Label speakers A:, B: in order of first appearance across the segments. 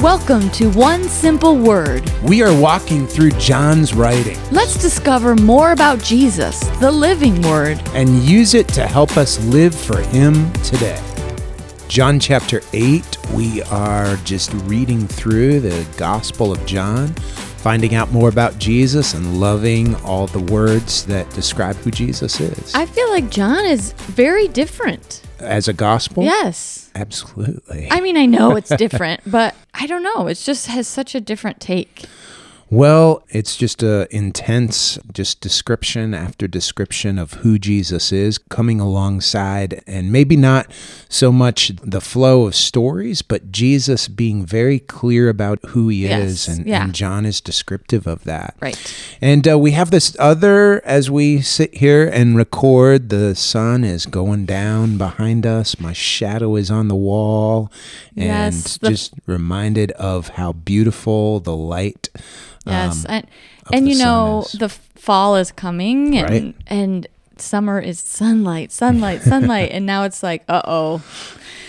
A: Welcome to One Simple Word.
B: We are walking through John's writing
A: Let's discover more about Jesus, the living word.
B: and use it to help us live for Him today. John chapter 8, we are just reading through the Gospel of John, finding out more about Jesus and loving all the words that describe who Jesus is.
A: I feel like John is very different.
B: As a gospel?
A: Yes.
B: Absolutely.
A: I mean, I know it's different, but I don't know. It just has such a different take.
B: Well, it's just a intense just description after description of who Jesus is coming alongside and maybe not so much the flow of stories, but Jesus being very clear about who he
A: Yes,
B: is and,
A: yeah.
B: and John is descriptive of that.
A: Right.
B: And uh, we have this other as we sit here and record the sun is going down behind us, my shadow is on the wall and
A: Yes, the-
B: just reminded of how beautiful the light
A: Yes.
B: um,
A: and and
B: the
A: you
B: sun
A: know,
B: is.
A: the fall is coming and
B: Right.
A: and summer is sunlight, sunlight, sunlight, and now it's like, "Uh-oh,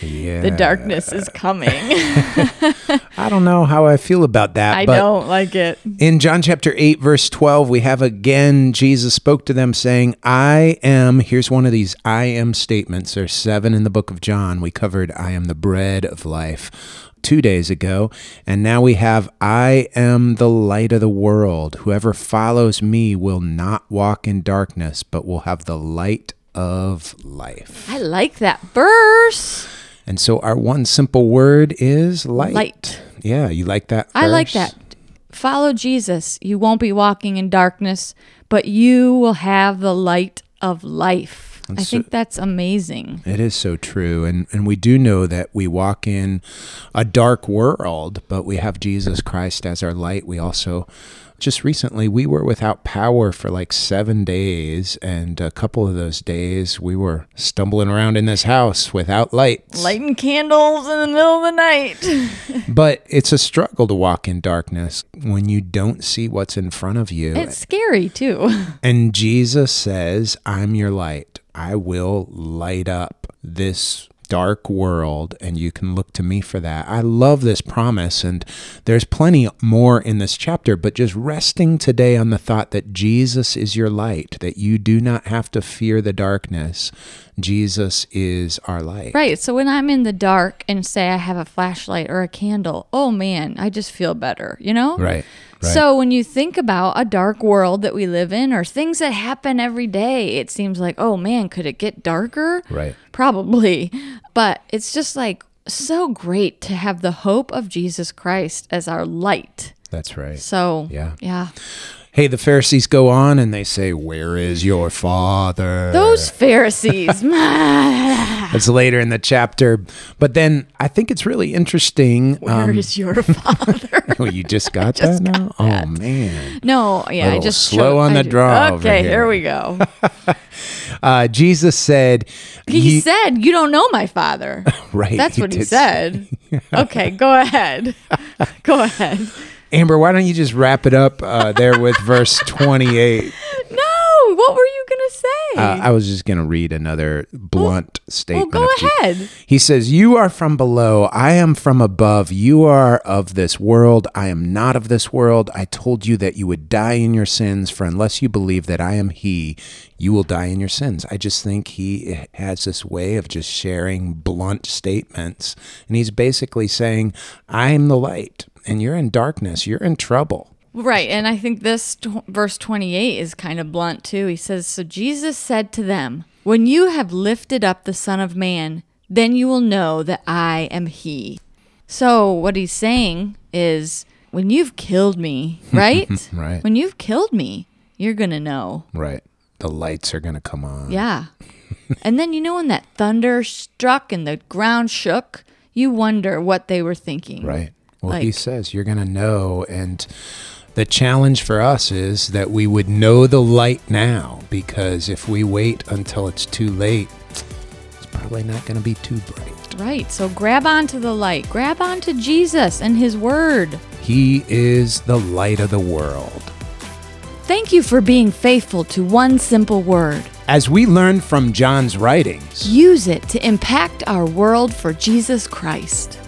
B: Yeah.
A: the darkness is coming."
B: I don't know how I feel about that.
A: I
B: but
A: don't like it.
B: In John chapter 8, verse 12, we have again Jesus spoke to them saying, I am. Here's one of these I am statements. There's seven in the book of John. We covered I am the bread of life two days ago. And now we have I am the light of the world. Whoever follows me will not walk in darkness, but will have the light of life.
A: I like that verse.
B: And so our one simple word is light.
A: Light.
B: Yeah, you like that?
A: I like
B: verse?
A: that. Follow Jesus. You won't be walking in darkness, but you will have the light of life. I think that's amazing.
B: It is so true. And, and we do know that we walk in a dark world, but we have Jesus Christ as our light. We also, just recently, we were without power for like seven days. And a couple of those days, we were stumbling around in this house without lights.
A: Lighting candles in the middle of the night.
B: But it's a struggle to walk in darkness when you don't see what's in front of you.
A: It's scary too.
B: And Jesus says, I'm your light. I will light up this dark world, and you can look to me for that. I love this promise, and there's plenty more in this chapter, but just resting today on the thought that Jesus is your light, that you do not have to fear the darkness. Jesus is our light.
A: Right. So when I'm in the dark and say I have a flashlight or a candle, oh man, I just feel better, you know?
B: Right. right.
A: So when you think about a dark world that we live in or things that happen every day, it seems like, oh man, could it get darker?
B: Right.
A: Probably. But it's just like so great to have the hope of Jesus Christ as our light.
B: That's right.
A: So,
B: Yeah.
A: Yeah.
B: Hey, the Pharisees go on and they say, Where is your father?
A: Those Pharisees. Where
B: That's later in the chapter. But then I think it's really interesting. um,
A: is your father?
B: oh, you just got that now? Oh, man.
A: no, yeah, I
B: Little
A: just
B: slow
A: chose-
B: on
A: I
B: the
A: ju-
B: draw over
A: Okay,
B: here.
A: here we go.
B: Uh, Jesus said,
A: He
B: "Ye-"
A: said, "You don't know my father."
B: Right,
A: That's
B: he
A: what he,
B: did
A: said. okay, go ahead. Go ahead.
B: Amber, why don't you just wrap it up uh, there with verse 28?
A: No, what were you gonna say?
B: Uh, I was just going to read another blunt
A: well,
B: statement.
A: go
B: of Je-
A: ahead.
B: He says, You are from below. I am from above. You are of this world. I am not of this world. I told you that you would die in your sins, for unless you believe that I am He, you will die in your sins. I just think he has this way of just sharing blunt statements. And he's basically saying, I'm the light, and you're in darkness. You're in trouble.
A: Right, and I think this t- verse 28 is kind of blunt too. He says, "So Jesus said to them, when you have lifted up the Son of man, then you will know that I am he." So, what he's saying is, when you've killed me, right?
B: Right.
A: When you've killed me, you're going to know.
B: Right. The lights are going to come on.
A: Yeah. and then you know when that thunder struck and the ground shook, you wonder what they were thinking.
B: Right. Well, he
A: Mm. Like-
B: says you're going to know. And the challenge for us is that we would know the light now because if we wait until it's too late, it's probably not going to be too bright.
A: Right. So grab onto the light. Grab onto Jesus and his word.
B: He is the light of the world.
A: Thank you for being faithful to one simple word.
B: As we learn from John's writings,
A: Use it to impact our world for Jesus Christ.